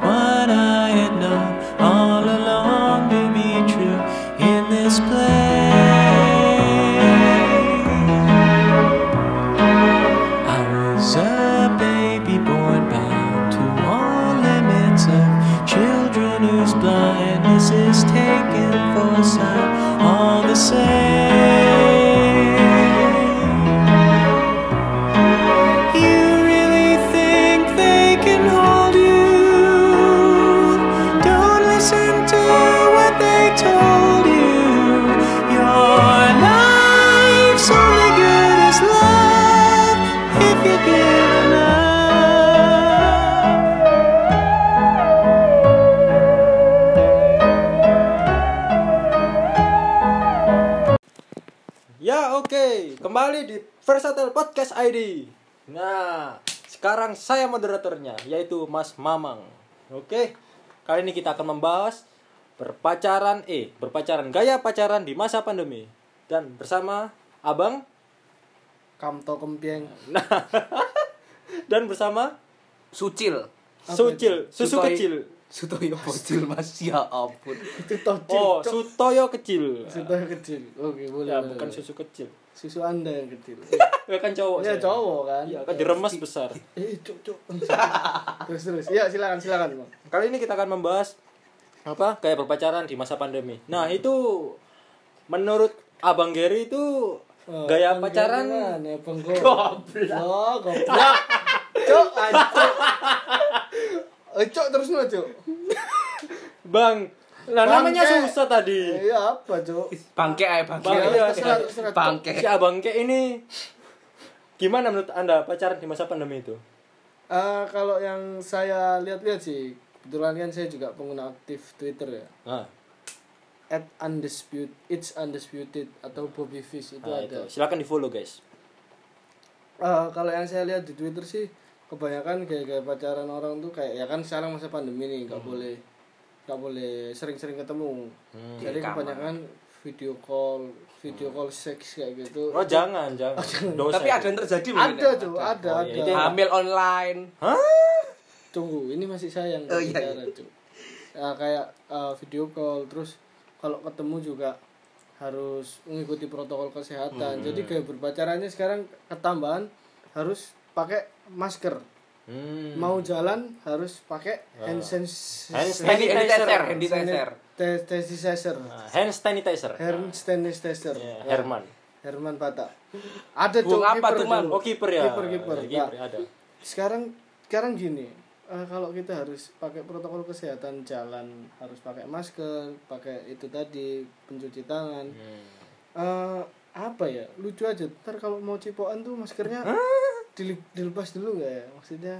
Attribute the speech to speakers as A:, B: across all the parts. A: what I had known all along to be true in this place. I was a baby born bound to all limits of children whose blindness is taken for sight, all the same. You really think they can hold you? Don't listen to what they told you. Your life's only good as love if you give enough.
B: Ya oke, kembali di Versatile Podcast ID. Nah, sekarang saya moderatornya, yaitu Mas Mamang. Oke, kali ini kita akan membahas berpacaran, eh berpacaran gaya pacaran di masa pandemi dan bersama Abang
C: Kamto Kempieng
B: Nah. dan bersama
D: Sucil.
B: Sucil, susu
D: Sutoi-
B: kecil.
D: Sutoyo Bocil Mas ya ampun.
C: itu tojil
B: Oh,
C: cok.
B: Sutoyo kecil.
C: susu yang kecil oke boleh
B: Ya,
C: boleh,
B: bukan
C: boleh.
B: susu kecil.
C: susu anda yang kecil
B: Ya kan cowok. saya.
C: ya cowok kan
B: Iya, kan diremas besar.
C: eh cok cok terus terus ya silakan silakan bang
B: Kali ini kita akan membahas apa kayak berpacaran di masa pandemi. Nah
C: Hmm.
B: itu menurut Abang Gary itu Eh,
C: Oh,
B: gaya
C: Bang
B: pacaran
C: Gary mana, bang goblok oh goblok cok anjir. eh cok terus no cok
B: Bang. Nah namanya
C: Bangke.
B: susah tadi.
C: iya apa cok
D: Bangke ae bangke.
B: Bangke,
D: Ae.
B: ya,
C: terserah, terserah.
D: Bangke.
B: Si Abang Ke ini gimana menurut anda pacaran di masa pandemi itu?
C: Eh, kalau yang saya lihat-lihat sih kebetulan kan saya juga pengguna aktif Twitter ya
B: Nah,
C: at undisputed it's undisputed atau Bobby Fish itu
B: nah, itu.
C: ada
B: Silakan di follow guys.
C: Eh, kalau yang saya lihat di Twitter sih kebanyakan gaya-gaya pacaran orang tuh kayak ya kan sekarang masa pandemi nih
B: Hmm.
C: nggak boleh nggak boleh sering-sering ketemu
B: Hmm.
C: jadi
D: Di kamar.
C: kebanyakan video call video call seks kayak gitu
B: Oh jangan jangan. Dosa
D: Tapi
B: itu.
D: ada yang terjadi mungkin.
C: ada
D: ya?
C: tuh ada
B: Oh, iya, itu yang-
C: ada
D: Hamil online.
C: tunggu ini masih saya yang
D: Oh, iya,
C: bicara, Cuk. Ya, kayak eh, video call terus kalau ketemu juga harus mengikuti protokol kesehatan
B: Hmm.
C: jadi gaya berpacarannya sekarang ketambahan harus pakai masker
B: Hmm. Ah.
C: mau jalan harus pakai hand sans-
B: Hand
C: hand
D: Handy sanitizer,
B: sanitizer.
D: handy sanitizer.
C: te- sanitizer
B: Nah, hand sanitizer.
C: hand sanitizer
B: Ya,
C: Nah,
B: Herman.
C: Herman Pata ada Cuk,
D: Bung apa
C: kiper
D: tuh, Man?
C: dulu.
B: Oh kiper ya.
C: Kiper, kiper. Nah.
B: Ya, kiper, ada.
C: sekarang sekarang gini eh, kalau kita harus pakai protokol kesehatan jalan harus pakai masker pakai itu tadi pencuci tangan
B: Iya.
C: Eh, apa ya lucu aja ntar kalau mau cipokan tuh maskernya dile- dilepas dulu nggak ya maksudnya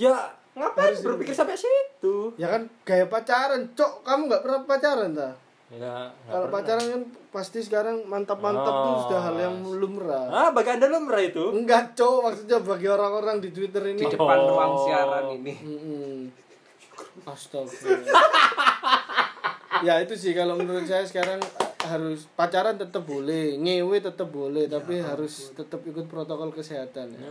B: Ya ngapain berpikir sampai situ?
C: ya kan gaya pacaran cok kamu nggak pernah pacaran dah
B: Ya,
C: kalau pacaran kan pasti sekarang mantap-mantap tuh
B: Oh.
C: sudah hal yang lumrah
B: Ah, bagi anda lumrah itu.
C: enggak cok maksudnya bagi orang-orang di twitter ini
D: Di depan
B: Oh.
D: ruang siaran ini.
C: Mm-mm. Astaga. ya itu sih kalau menurut saya sekarang harus pacaran tetap boleh, ngewe tetap boleh, tapi harus tetap ikut protokol kesehatan ya.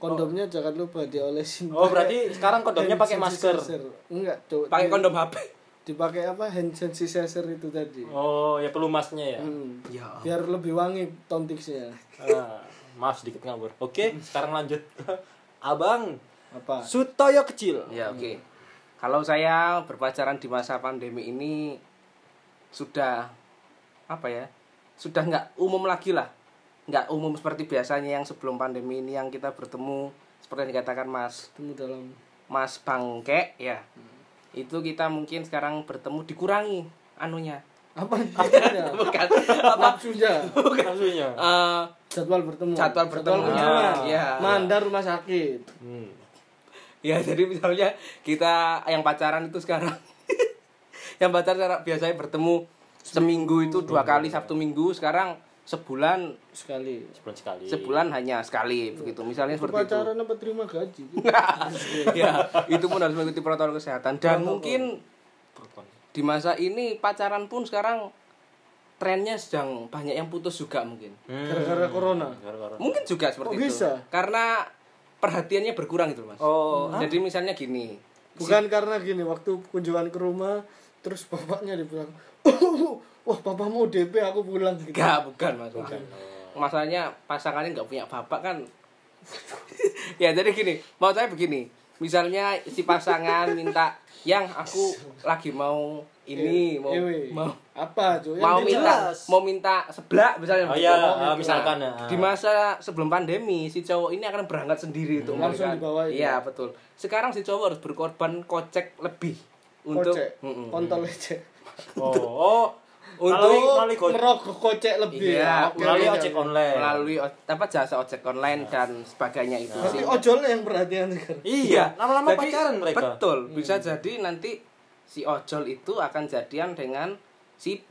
C: Kondomnya jangan lupa diolesin.
B: Oh,
C: pakai
B: berarti sekarang kondomnya
C: hand
B: pakai masker.
C: sanitizer. Enggak, Cok.
D: Pakai
C: Di-
D: kondom HP.
C: Dipakai apa? Hand sanitizer itu tadi.
B: Oh, ya pelumasnya ya.
C: Hmm.
D: Ya.
C: Biar lebih wangi tontiksnya.
B: Ah, maaf sedikit ngawur. Oke, sekarang lanjut. Abang
C: Apa?
B: Sutoyo kecil.
D: Ya oke. Kalau saya berpacaran di masa pandemi ini sudah apa ya? Sudah nggak umum lagi lah. Nggak umum seperti biasanya yang sebelum pandemi ini yang kita bertemu seperti yang dikatakan Mas
C: Temu dalam
D: Mas Bangke ya.
C: Hmm.
D: Itu kita mungkin sekarang bertemu dikurangi anunya.
C: apa? Apanya?
D: Bukan apa
C: Nafsunya.
B: Maksudnya.
D: eh,
C: Jadwal bertemu.
D: jadwal bertemu.
C: kunjungan.
D: Ya.
C: Mandar rumah sakit.
B: Hmm.
D: Ya jadi misalnya kita yang pacaran itu sekarang yang pacaran sekarang biasanya bertemu seminggu itu dua kali Sabtu Minggu sekarang sebulan
C: sekali
B: Sebulan sekali.
D: sebulan hanya sekali begitu misalnya seperti itu. Hmm.
C: pacaran apa terima gaji
D: ya itu pun harus mengikuti protokol kesehatan dan mungkin di masa ini pacaran pun sekarang trennya sedang banyak yang putus juga mungkin
C: gara-gara corona
B: Gara-gara.
D: mungkin juga
C: Kok
D: seperti
C: bisa?
D: itu karena perhatiannya berkurang gitu loh, mas
B: Oh,
D: jadi misalnya gini
C: bukan karena gini waktu kunjungan ke rumah terus bapaknya dibilang "Oh, wah bapakmu DP aku pulang gitu
D: Enggak, bukan masalah. Masalahnya pasangannya nggak punya bapak kan. ya jadi gini, mau saya begini. Misalnya si pasangan minta yang aku lagi mau ini mau
C: Ewe.
D: mau
C: apa cuy
D: mau
C: Iya. Yang
D: minta
C: jelas.
D: mau minta sebelah misalnya
B: Oh
D: gitu.
B: iya,
D: Mau
B: ah,
D: minta.
B: misalkan, ah.
D: di masa sebelum pandemi si cowok ini akan berangkat sendiri untuk
C: Hmm, Langsung
D: memberikan-
C: dibawain.
D: iya betul sekarang si cowok harus berkorban kocek lebih untuk Hmm,
C: kocek
D: Mm-mm.
C: kontol aja
B: Oh, oh.
C: untuk
B: Untuk melalui ko-
C: merokok kocek lebih
D: Iya,
C: ya, oke,
B: melalui
C: oke,
B: ojek
C: oke.
B: online.
D: melalui o- apa jasa ojek online dan sebagainya itu
C: berarti
D: sih
C: ojolnya yang perhatian sekarang
B: Iya, lama-lama
D: Jadi,
B: pacaran mereka. Hmm.
D: Betul, bisa jadi nanti si ojol itu akan jadian dengan si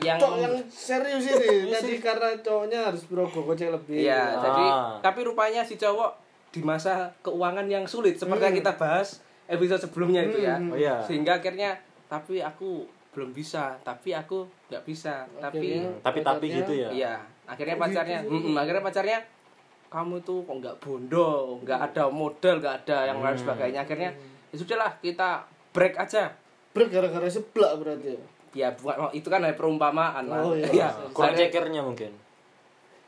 D: yang
C: cowok yang serius ini tadi karena cowoknya harus merokok kocek lebih
D: Iya,
B: Ah.
D: jadi tapi rupanya si cowok di masa keuangan yang sulit seperti yang kita bahas episode sebelumnya itu ya.
B: Oh iya.
D: Sehingga akhirnya tapi aku belum bisa, tapi aku nggak bisa, tapi
C: Akhirnya-
B: Tapi-tapi
C: Pacarnya.
B: gitu ya.
D: Iya, akhirnya pacarnya, mm-mm, akhirnya pacarnya kamu tuh kok nggak bondo, nggak ada modal, nggak ada yang lain sebagainya. Akhirnya ya sudahlah kita break aja.
C: Ber- gara-gara seblak berarti ya
D: Ya bukan itu kan hanya perumpamaan lah.
C: Oh, iya.
B: Kurang
D: akhirnya-
B: cekernya mungkin.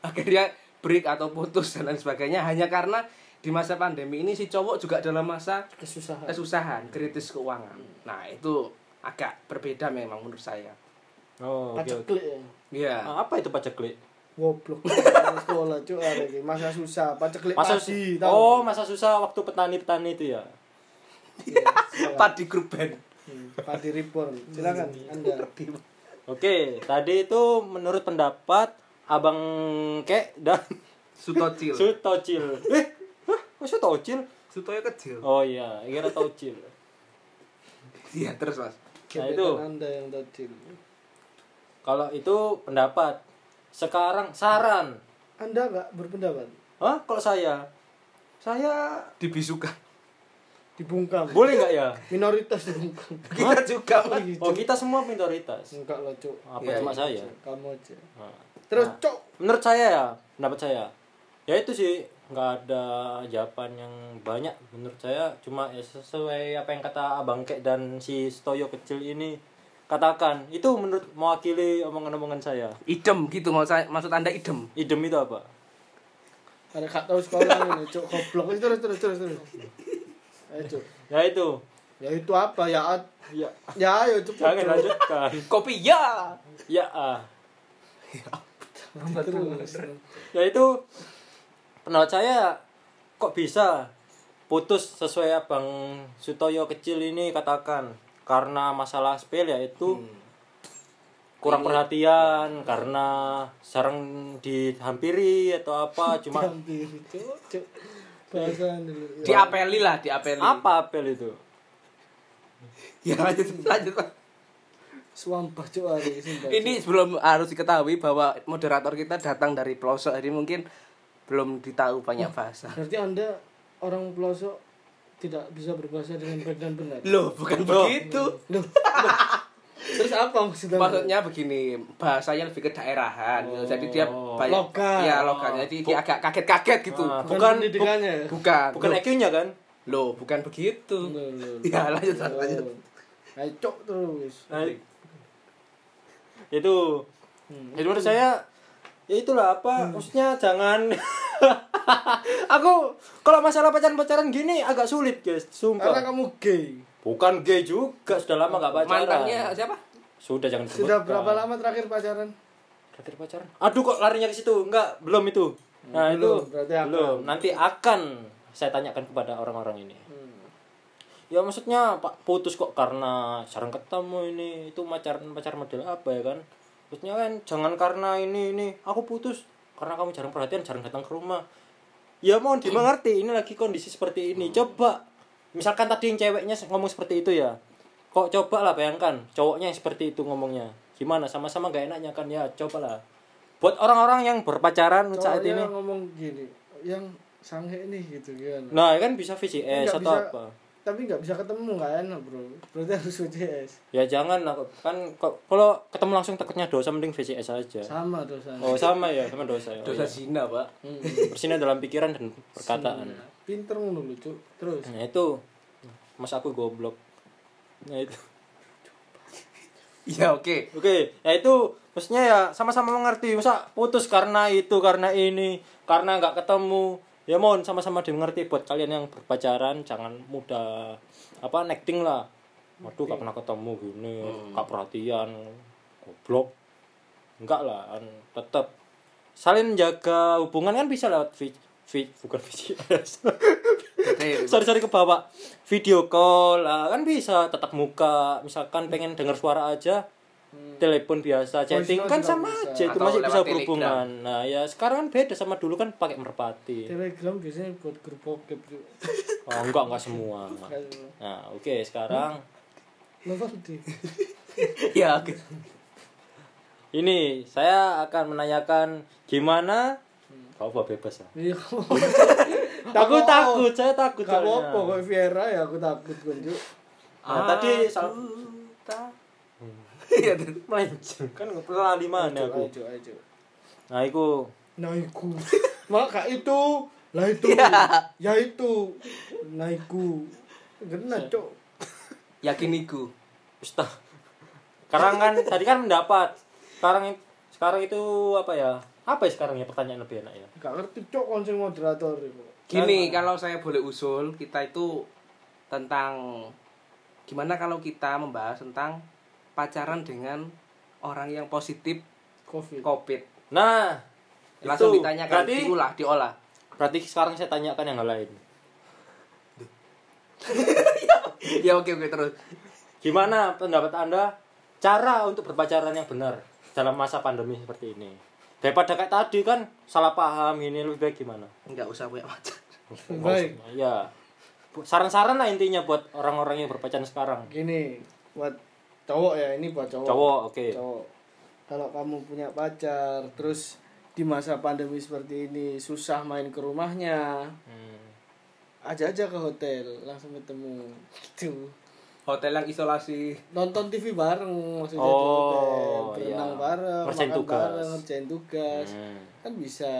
D: akhirnya break atau putus dan lain sebagainya hanya karena di masa pandemi ini si cowok juga dalam masa
C: kesusahan
D: kesusahan, kritis keuangan. Nah, itu agak berbeda memang menurut saya.
B: Oh, oke. oke.
C: paceklik ya
D: Iya.
B: Ah, apa itu paceklik?
C: goblok Orang sekolah cuy ada lagi masa susah paceklik
B: Masa
C: padi tahu
B: Oh, masa susah waktu petani-petani itu ya.
D: Padi grup band.
C: Hmm, padi reborn silakan
B: Hmm.
C: anda
B: Oke, tadi itu menurut pendapat Abang Ke dan
D: Sutocil.
B: Sutocil. Eh, hah, kok Sutocil?
D: Sutoyo kecil.
B: Oh iya, kira Tocil.
D: Iya, terus Mas.
B: Nah,
C: Gebetan
B: itu.
C: anda yang tadi
B: Kalau itu pendapat. Sekarang saran.
C: anda nggak berpendapat
B: Hah, kalau saya? Saya
D: Dibisukan.
C: dibungkam
B: boleh nggak ya?
C: minoritas dibungkam
D: Kita juga Mas.
B: Oh, kita semua minoritas.
C: enggak lah cuk
B: Apa
D: Iya,
B: cuma
D: iya,
B: saya?
C: kamu aja
B: Nah.
C: terus
B: Nah.
C: cok
B: menurut saya ya pendapat saya ya itu sih nggak ada jawaban yang banyak menurut saya cuma ya sesuai apa yang kata abang kek dan si stoyo kecil ini katakan itu menurut mewakili omongan-omongan saya
D: Idem gitu maksud saya- maksud Anda idem.
B: idem itu apa
C: ada kak tahu sekolah ini cuk goblok Terus, terus terus terus terus ayo cuk
B: ya itu
C: ya itu apa ya Ad?
B: ya
C: ya ayo cuk
B: jangan lanjutkan
D: Kopi ya.
B: ya ah
C: terus
B: ya itu pendapat saya kok bisa putus sesuai abang Sutoyo kecil ini katakan karena masalah spell yaitu kurang perhatian karena sarang dihampiri atau apa cuma
C: hampir cuk cuk bahasaan dulu ya.
D: Diapeli lah, diapeli.
B: apa apel itu
D: Ya lanjut lanjut. Mas.
C: Sumpah cuk hari sumpah, Cuk.
D: Ini sebelum harus diketahui bahwa moderator kita datang dari pelosok jadi mungkin belum ditahu banyak bahasa.
C: Berarti Anda orang pelosok tidak bisa berbahasa dengan baik dan benar.
D: Loh, bukan begitu.
C: Loh. Terus apa maksudnya?
D: Maksudnya begini, bahasanya lebih ke daerahan. gitu. Jadi dia banyak
C: Lokal.
D: Iya, lokal. Jadi dia agak kaget-kaget gitu.
B: Ah,
C: bukan,
B: bukan-
C: pendidikannya. ya?
D: Bukan.
B: bukan
D: Loh,
B: EQ nya kan
D: Loh, bukan begitu.
C: Loh, loh, loh.
D: Ya, lanjut, Mas,
C: Loh.
D: lanjut.
C: Ayo cok terus.
B: Nah, itu
C: Hmm.
B: jadi menurut saya ya itulah apa maksudnya jangan aku kalau masalah pacaran pacaran gini agak sulit guys
C: Karena
B: sumpah
C: kamu gay.
B: bukan gay juga sudah lama gak pacaran
D: Mantannya siapa?
B: sudah jangan disebutkan.
C: Sudah berapa lama terakhir pacaran?
B: Terakhir pacaran aduh kok larinya ke situ enggak belum itu nah
C: Belum,
B: itu
C: berarti akan.
B: belum nanti akan saya tanyakan kepada orang-orang ini ya maksudnya pak putus kok karena jarang ketemu ini itu pacaran pacar model apa ya kan maksudnya kan jangan karena ini ini aku putus karena kamu jarang perhatian jarang datang ke rumah ya mohon dimengerti ini lagi kondisi seperti ini coba misalkan tadi yang ceweknya ngomong seperti itu ya kok coba lah bayangkan cowoknya yang seperti itu ngomongnya gimana sama-sama gak enaknya kan ya cobalah buat orang-orang yang berpacaran saat
C: Cowoknya
B: ini
C: ngomong gini, yang sange ini gitu kan.
B: nah kan bisa VCS atau
C: Nggak bisa-
B: apa
C: Tapi nggak bisa ketemu nggak enak bro. Berarti harus UCS.
B: Ya jangan lah kan kok- kalau ketemu langsung takutnya dosa mending VCS aja.
C: Sama dosa.
B: Oh sama ya sama dosa ya. Oh, iya.
D: Dosa zina, Pak.
B: Bersinar dalam pikiran dan perkataan.
D: Hmm.
C: Pinter ngono lucu. Terus.
B: Nah itu mas aku goblok nah itu
D: ya oke
B: Oke, ya itu maksudnya ya sama-sama mengerti. Masa putus karena itu, karena ini, karena nggak ketemu. Ya mohon sama-sama dimengerti buat kalian yang berpacaran jangan mudah apa nekting lah. Waduh, gak pernah ketemu gini, gak perhatian, goblok. Enggak lah, kan tetap saling jaga hubungan kan bisa lewat vi, vi- bukan VCS.
D: Oke,
B: sorry sorry ke bawah video call ah, kan bisa tetap muka misalkan pengen dengar suara aja telepon biasa chatting
C: note
B: kan
C: juga
B: sama
C: bisa.
B: aja itu
D: Atau
B: masih
D: lewat
B: bisa
D: Telegram.
B: berhubungan nah ya sekarang kan beda sama dulu kan pakai merpati
C: Telegram biasanya buat grup bokep gitu. tuh.
B: oh enggak enggak semua nah oke sekarang
C: Novelty.
D: ya oke
B: ini saya akan menanyakan gimana kau apa bebas ya
C: Iya.
B: aku takut saya takut
C: Gak
B: soalnya.
C: apa-apa kok Viera ya aku takut kan Cuk.
B: nah, tadi sal-
D: Iya, tadi.
B: melenceng kan nggak pernah di mana
C: Cuk,
B: aku
C: ayo, Cuk, ayo, Cuk.
B: nah itu
C: Naiku. Maka itu lah itu. Ya itu. Naiku. Kena Cuk.
D: yakin iku
B: Ustaz. Sekarang kan tadi kan mendapat. Sekarang sekarang itu apa ya? Apa ya sekarang ya pertanyaan lebih enak ya?
C: Gak ngerti Cuk kon sing moderator iku.
D: Gini, kalau saya boleh usul, kita itu tentang gimana kalau kita membahas tentang pacaran dengan orang yang positif
C: Covid.
D: COVID.
B: Nah,
D: Langsung
B: itu.
D: ditanyakan,
B: Berarti
D: diolah, diolah.
B: berarti sekarang saya tanyakan yang lain.
D: ya oke oke terus.
B: Gimana pendapat Anda cara untuk berpacaran yang benar dalam masa pandemi seperti ini? Daripada kayak tadi kan salah paham ini lebih baik gimana?
D: Nggak usah punya pacar.
C: Baik.
B: Ya. Saran-saran lah intinya buat orang-orang yang berpacaran sekarang.
C: Gini buat cowok ya ini buat cowok.
B: Cowok, oke.
C: cowok kalau kamu punya pacar terus di masa pandemi seperti ini susah main ke rumahnya
B: Hmm.
C: aja aja ke hotel langsung ketemu gitu
D: Hotel yang isolasi.
C: nonton TV bareng maksudnya di
B: Oh,
C: hotel berenang
B: iya.
C: bareng
B: Ngerjain
C: makan
B: tugas.
C: bareng ngerjain tugas
B: Hmm.
C: kan bisa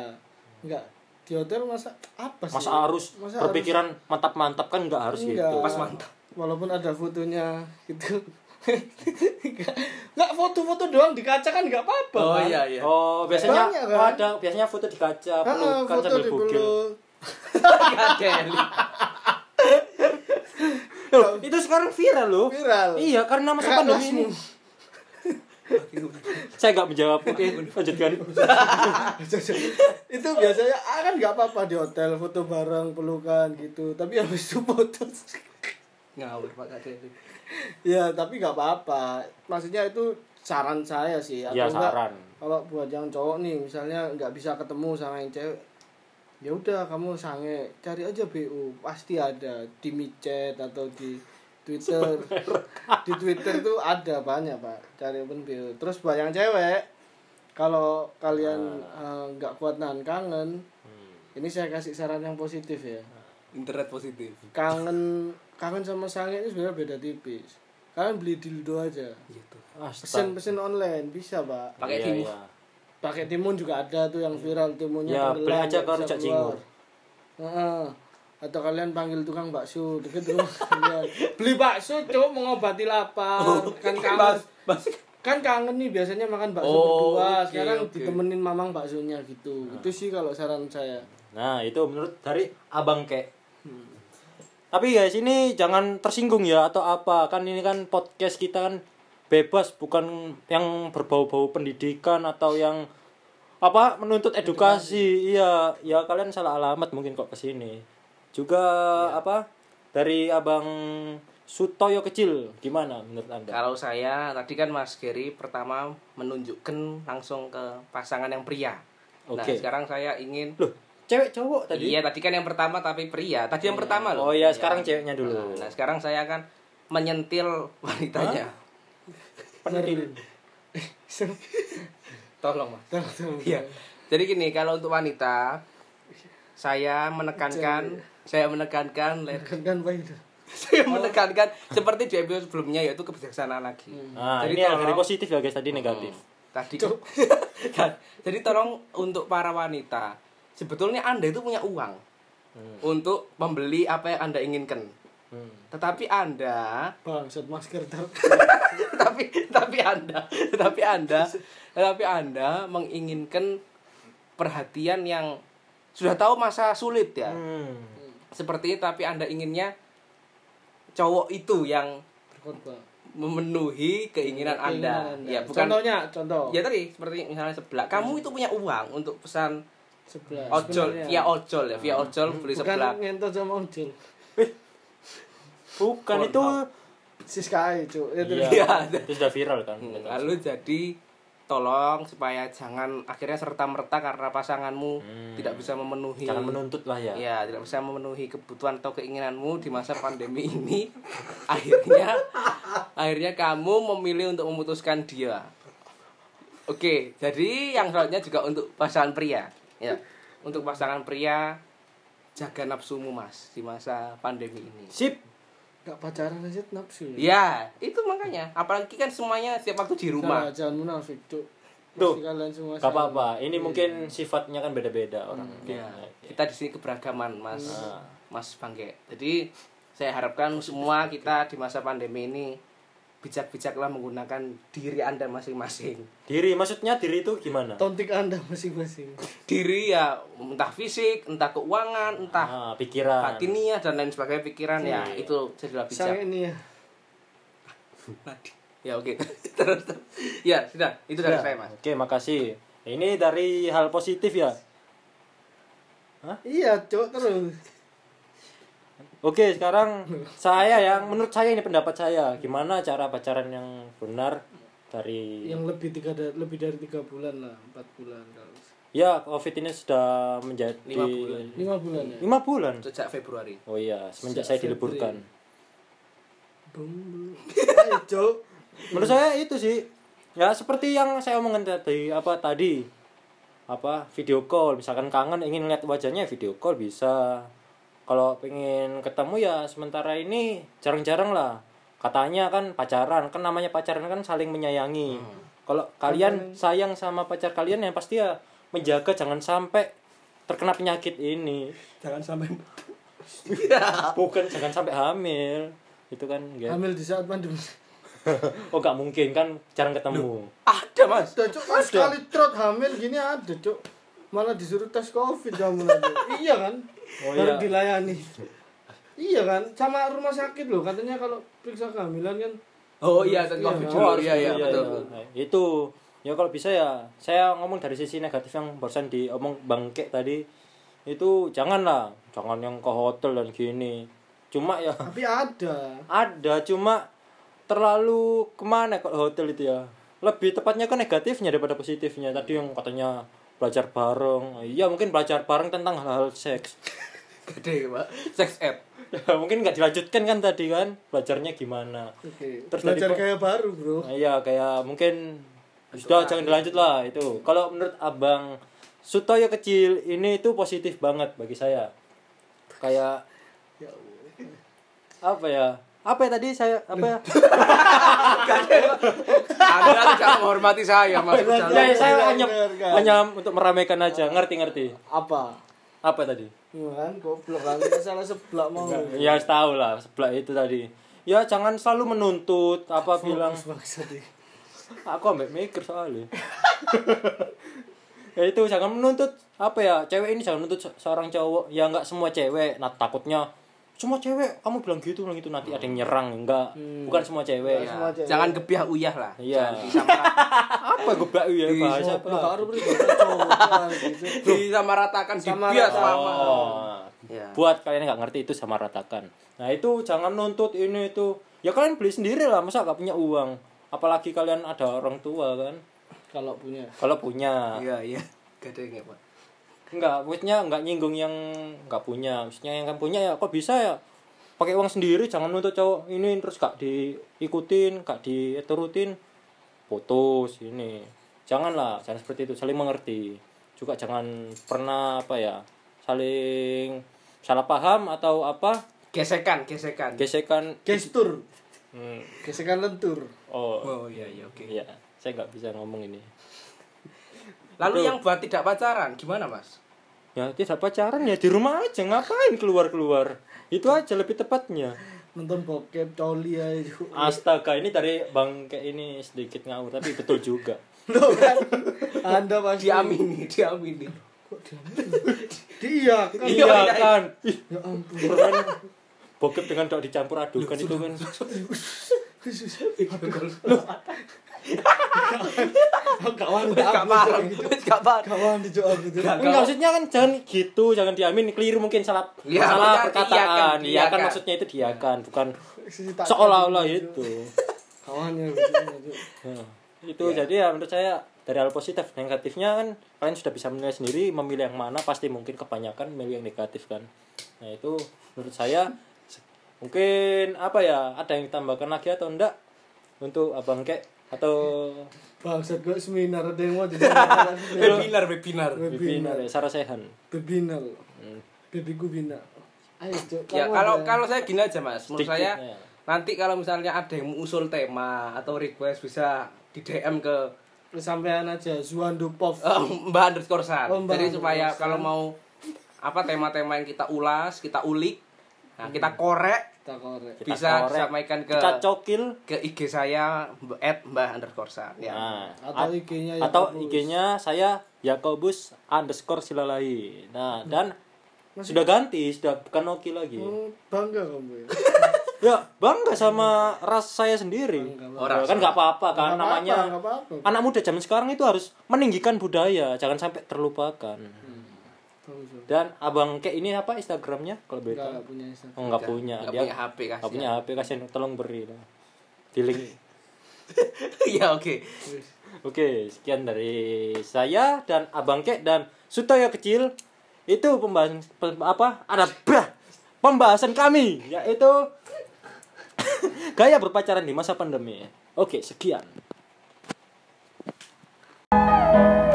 C: nggak di hotel masa apa sih
B: Masa harus
C: Masa
B: berpikiran mantap-mantap kan nggak harus
C: Enggak.
B: gitu.
D: Pas mantap.
C: walaupun ada fotonya gitu Nggak- nggak foto-foto doang di kaca kan nggak apa-apa
D: Oh
C: kan?
D: iya iya.
B: Oh, biasanya
C: Banyak,
B: oh,
C: kan?
B: ada biasanya foto di kaca,
C: Ah, ah,
B: pelukan
C: foto
B: sambil
C: di
B: bugil.
C: peluk.
D: Deli.
B: Loh, itu sekarang viral loh.
C: viral
B: Iya, karena masa
C: Kakak
B: pandemi
C: kelasmu.
B: ini. Saya nggak menjawab. Oke, lanjutkan.
C: itu biasanya ah, kan nggak apa-apa di hotel foto bareng pelukan gitu tapi habis itu putus
D: Ngawur Pak Kak Deli.
C: ya tapi nggak apa-apa maksudnya itu saran saya sih atau
B: Ya
C: enggak,
B: saran.
C: kalau buat yang cowok nih misalnya nggak bisa ketemu sama yang cewek ya udah kamu sange cari aja bu pasti ada di micet atau di twitter di twitter tuh ada banyak pak cari open bu terus buat yang cewek kalau kalian eh, nggak kuat nahan kangen ini saya kasih saran yang positif ya
D: Nah. Internet positif.
C: kangen kangen sama sange itu sebenarnya beda tipis kalian beli dildo aja
D: Gitu.
B: Astaga.
C: pesen pesen online bisa pak
D: Pakai
B: Iya,
D: timun.
B: iya.
C: pakai timun juga ada tuh yang viral timunnya
B: Ya,
C: tenggelam,
B: beli aja
C: nggak
B: ke
C: bisa
B: rujak
C: keluar.
B: cingur.
C: Heeh. atau kalian panggil tukang bakso deket rumah kalian beli bakso cowok mengobati lapar
D: Oh,
C: kan kangen kan kangen nih biasanya makan bakso
D: Oh,
C: berdua
D: oke,
C: sekarang
D: oke. Ah.
C: ditemenin mamang baksonya gitu itu sih kalau saran saya
B: Nah, itu menurut dari Abang Kek. Tapi guys, ini jangan tersinggung ya atau apa. Kan ini kan podcast kita kan bebas bukan yang berbau-bau pendidikan atau yang apa menuntut edukasi. Iya, ya kalian salah alamat mungkin kok ke sini. Juga
D: Iya.
B: apa dari Abang Sutoyo kecil gimana menurut Anda?
D: Kalau saya tadi kan Mas Gary pertama menunjukkan langsung ke pasangan yang pria. Nah,
B: Oke.
D: sekarang saya ingin
B: Loh, cewek cowok tadi.
D: Iya, tadi kan yang pertama tapi pria. Tadi yang pertama
B: Oh
D: loh.
B: iya, sekarang ceweknya dulu.
D: Nah, sekarang saya akan menyentil wanitanya.
B: Pentil.
D: Tolong, Mas. Iya. Jadi gini, kalau untuk wanita saya menekankan saya menekankan
C: kan kan pak itu
D: saya
B: Oh.
D: menekankan seperti di episode sebelumnya yaitu kebijaksanaan lagi.
B: Nah,
D: Jadi
B: ini yang
D: tolong-
B: dari positif ya guys, tadi negatif.
D: Oh, tadi Dan- jadi tolong untuk para wanita sebetulnya anda itu punya uang untuk membeli apa yang anda inginkan
B: Hmm.
D: Tetapi Anda
C: Bangsat masker ter.
D: tapi tapi anda tapi anda tapi anda menginginkan perhatian yang sudah tahu masa sulit ya
B: Hmm.
D: seperti itu tapi anda inginnya cowok itu yang
C: Berkorban.
D: memenuhi keinginan,
C: Keinginan
D: anda.
C: Anda.
D: ya bukan
C: Contohnya, contoh.
D: ya tadi seperti misalnya sebelah kamu itu punya uang untuk pesan
C: Sebelah.
D: ojol
C: sebenarnya.
D: via ojol ya via ojol beli
C: Bukan
D: sebelah
C: ngentot sama ojol.
B: Bukan
D: Porno.
B: itu.
C: Siska ae, Cuk. Ya, terus.
B: Iya. itu sudah viral kan.
D: Hmm, lalu jadi tolong supaya jangan akhirnya serta merta karena pasanganmu
B: Hmm.
D: tidak bisa memenuhi
B: jangan menuntut lah ya.
D: ya tidak bisa memenuhi kebutuhan atau keinginanmu di masa pandemi ini akhirnya akhirnya kamu memilih untuk memutuskan dia oke jadi yang selanjutnya juga untuk pasangan pria ya untuk pasangan pria jaga nafsumu mas di masa pandemi ini
B: Sip.
C: Enggak pacaran aja nafsu.
B: Iya,
D: ya itu makanya apalagi kan semuanya setiap waktu di rumah
C: Salah, jangan munafik, Cuk.
B: Tuh.
C: Pasti kalian semua
B: Gak
C: salah.
B: apa-apa. Ini mungkin sifatnya kan beda-beda orang.
D: ya
B: Oke.
D: kita di sini keberagaman mas
B: Iya. Hmm.
D: mas bangke jadi saya harapkan semua kita di masa pandemi ini bijak-bijaklah menggunakan diri anda masing-masing
B: Diri maksudnya diri itu gimana?
C: Tontik Anda masing-masing.
D: diri ya entah fisik entah keuangan entah
B: Ah, Iya. pikiran.
D: batiniah dan lain sebagainya pikiran ya itu jadilah bijak
C: Sang ini ya.
D: ya oke terus terus. ya sudah itu dari saya mas
B: Oke, makasih. Ini dari hal positif ya.
C: Iya, Cuk, terus.
B: Oke, sekarang saya yang menurut saya ini pendapat saya, gimana cara pacaran yang benar dari
C: Yang lebih tiga da- lebih dari tiga bulan lah, empat bulan kalau.
B: ya Covid ini sudah menjadi
D: Lima bulan.
C: Lima bulan ya.
B: Lima bulan.
D: sejak Februari
B: Oh iya, semenjak saya diliburkan.
C: Bung, Ayo, Cuk.
B: Menurut saya itu sih ya seperti yang saya omongin tadi apa tadi apa video call misalkan kangen ingin lihat wajahnya video call bisa kalau pengen ketemu ya sementara ini jarang-jarang lah katanya kan pacaran kan namanya pacaran kan saling menyayangi kalau kalian sayang sama pacar kalian yang pasti ya menjaga jangan sampai terkena penyakit ini
D: jangan sampai
B: bukan jangan sampai hamil itu kan enggak
C: Hamil di saat pandemi.
B: oh gak mungkin kan jarang ketemu
D: ada mas
C: Ada cuk, kan sekali trot hamil gini ada cuk Malah disuruh tes covid kamu nanti Iya kan?
B: Oh, iya.
C: Baru dilayani Iya kan? Sama rumah sakit loh katanya kalau periksa kehamilan kan
D: oh iya tentang
B: Oh,
D: covid dulu
B: harus
D: iya iya
B: dulu,
D: betul
B: iya. Itu ya kalau bisa ya saya ngomong dari sisi negatif yang barusan diomong bangke tadi itu janganlah jangan yang ke hotel dan gini cuma ya
C: Tapi ada
B: ada cuma terlalu kemana kok hotel itu ya lebih tepatnya ke negatifnya daripada positifnya tadi yang katanya belajar bareng iya mungkin belajar bareng tentang hal-hal seks
D: gede pak sex app
B: ya, mungkin nggak dilanjutkan kan tadi kan belajarnya gimana
C: Oke.
B: Terus tadi,
C: Belajar
B: Pak.
C: kayak baru bro
B: Nah, Iya kayak mungkin sudah jangan dilanjut lah itu. Kalau menurut Abang Sutoyo kecil ini itu positif banget bagi saya. Kayak apa ya? Apa ya tadi saya apa ya?
D: anda tidak menghormati saya mas
B: Ya, ya, saya
C: Jangan
B: hanya
C: dengarkan.
B: hanya untuk meramaikan aja. Ngerti ngerti.
C: Apa?
B: Apa tadi?
C: Iya kan? Goblok kan? Kita salah sebelah mau
B: Ya tahu lah sebelah itu tadi. Ya jangan selalu menuntut apa bilang
C: Maksud nih.
B: aku ambek mikir soalnya ya itu jangan menuntut apa ya cewek ini jangan menuntut se- seorang cowok ya nggak semua cewek nah takutnya semua cewek kamu bilang gitu bilang gitu nanti ada yang nyerang enggak Hmm. bukan semua cewek
D: Ya, jangan gebiah uyah lah
B: Iya.
D: jangan disamara-
B: apa gue ya bahasa apa
C: Goblok baru beri bapak cowok gitu.
D: disamaratakan dibias sama
B: Oh.
D: ya.
B: buat kalian yang nggak ngerti itu sama ratakan nah itu jangan nuntut ini itu ya kalian beli sendiri lah masa nggak punya uang apalagi kalian ada orang tua kan
C: Kalau punya
B: kalau punya
D: iya iya gadeng ya pak
B: Enggak, maksudnya enggak nyinggung yang enggak punya. Maksudnya yang kan punya ya kok bisa ya pakai uang sendiri jangan nuntut cowok ini terus gak diikutin, gak diturutin putus ini. Janganlah, jangan seperti itu, saling mengerti. Juga jangan pernah apa ya, saling salah paham atau apa
D: gesekan gesekan
B: gesekan
C: Gestur
B: Hmm,
C: Gesekan lentur
B: oh
D: oh iya iya oke
B: iya saya nggak bisa ngomong ini
D: lalu yang buat tidak pacaran gimana mas
B: ya tidak pacaran ya di rumah aja ngapain keluar keluar itu aja lebih tepatnya
C: nonton bokep coli ya, aja
B: astaga ini dari bang kayak ini sedikit ngawur tapi betul juga
C: Loh kan anda pasti
D: diamini diamini
C: kok diamin dia kan
B: iya kan Ih,
C: ya ampun
B: keren bokep dengan dok dicampur adukan itu kan
C: kawan
D: gak paham gak paham
C: kawan di jawab gitu
B: Enggak, maksudnya kan jangan gitu, jangan diamin, keliru mungkin salah
D: Iya,
B: salah
D: benar,
B: perkataan.
D: diiakan,
B: Iya kan
D: diiakan.
B: maksudnya itu diakan, bukan
C: Sisi tak-
B: seolah-olah itu.
C: kawannya gitu
B: Nah, itu jadi ya menurut saya dari hal positif negatifnya kan kalian sudah bisa menilai sendiri memilih yang mana pasti mungkin kebanyakan memilih yang negatif kan. Nah, itu menurut saya se- mungkin apa ya, ada yang ditambahkan lagi atau enggak untuk Abang Kek atau
C: bangsat gue seminar ada yang mau jadi seminar.
D: webinar webinar
C: webinar
B: Bibinar ya, Sarah Sehan.
C: webinar
B: Hmm.
C: baby gue bina ayo cok
D: ya
C: kamu
D: kalau
C: ada-
D: kalau saya gini aja mas
B: Sedikit,
D: menurut saya
B: ya.
D: nanti kalau misalnya ada yang mengusul tema atau request bisa di DM ke
C: sampean aja Zuan Dupov
D: eh, Mbak underscore San.
C: Oh, Mbak
D: jadi supaya
C: underscore San.
D: kalau mau apa tema-tema yang kita ulas kita ulik nah, kita korek
C: kita korek
B: Hmm. Kita
D: bisa
B: korek,
D: disampaikan ke
B: Kita cokil
D: ke IG saya at mbah underscore San. ya
B: Nah,
C: atau
B: at-
C: IG-nya
B: atau
C: Yakobus.
B: IG-nya saya Yakobus underscore silalahi. Nah dan
C: Hmm. Masih-
B: sudah ganti sudah bukan Noki lagi.
C: Oh, bangga kamu ya
B: Ya bangga sama ras saya sendiri.
C: Bangga,
D: bangga.
B: Ya, kan nggak apa-apa kan
C: Nggak apa-apa,
B: namanya
C: nggak apa-apa.
B: anak muda zaman sekarang itu harus meninggikan budaya jangan sampai terlupakan.
C: tahu Zuan
B: Dan abang Ke ini apa Instagramnya kalau boleh
C: nggak
B: tahu?
C: nggak punya Instagram
B: Oh, nggak punya.
D: nggak
B: Dia
D: punya HP
B: nggak
D: kasih
B: punya HP kasihan tolong beri lah. Di link.
D: ya oke
C: Wis.
B: Oke, sekian dari saya dan Abang Kek dan Sutoyo kecil. Itu pembahasan pem- apa? Ada brah. Pembahasan kami yaitu gaya berpacaran di masa pandemi. Oke, sekian.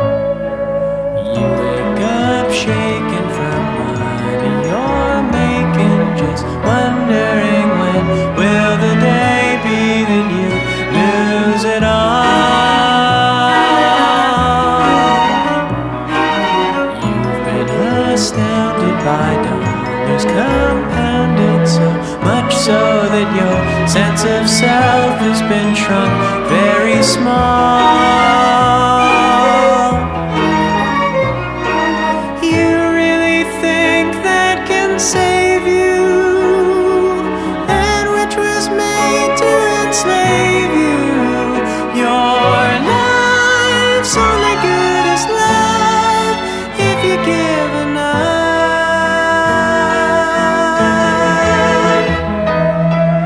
A: You wake up shaken from what you're making, just wondering when will the day be that you lose it all. You've been astounded by dollars compounded so much so that your sense of self has been shrunk very small. You really think that can save you? That which was made to enslave you.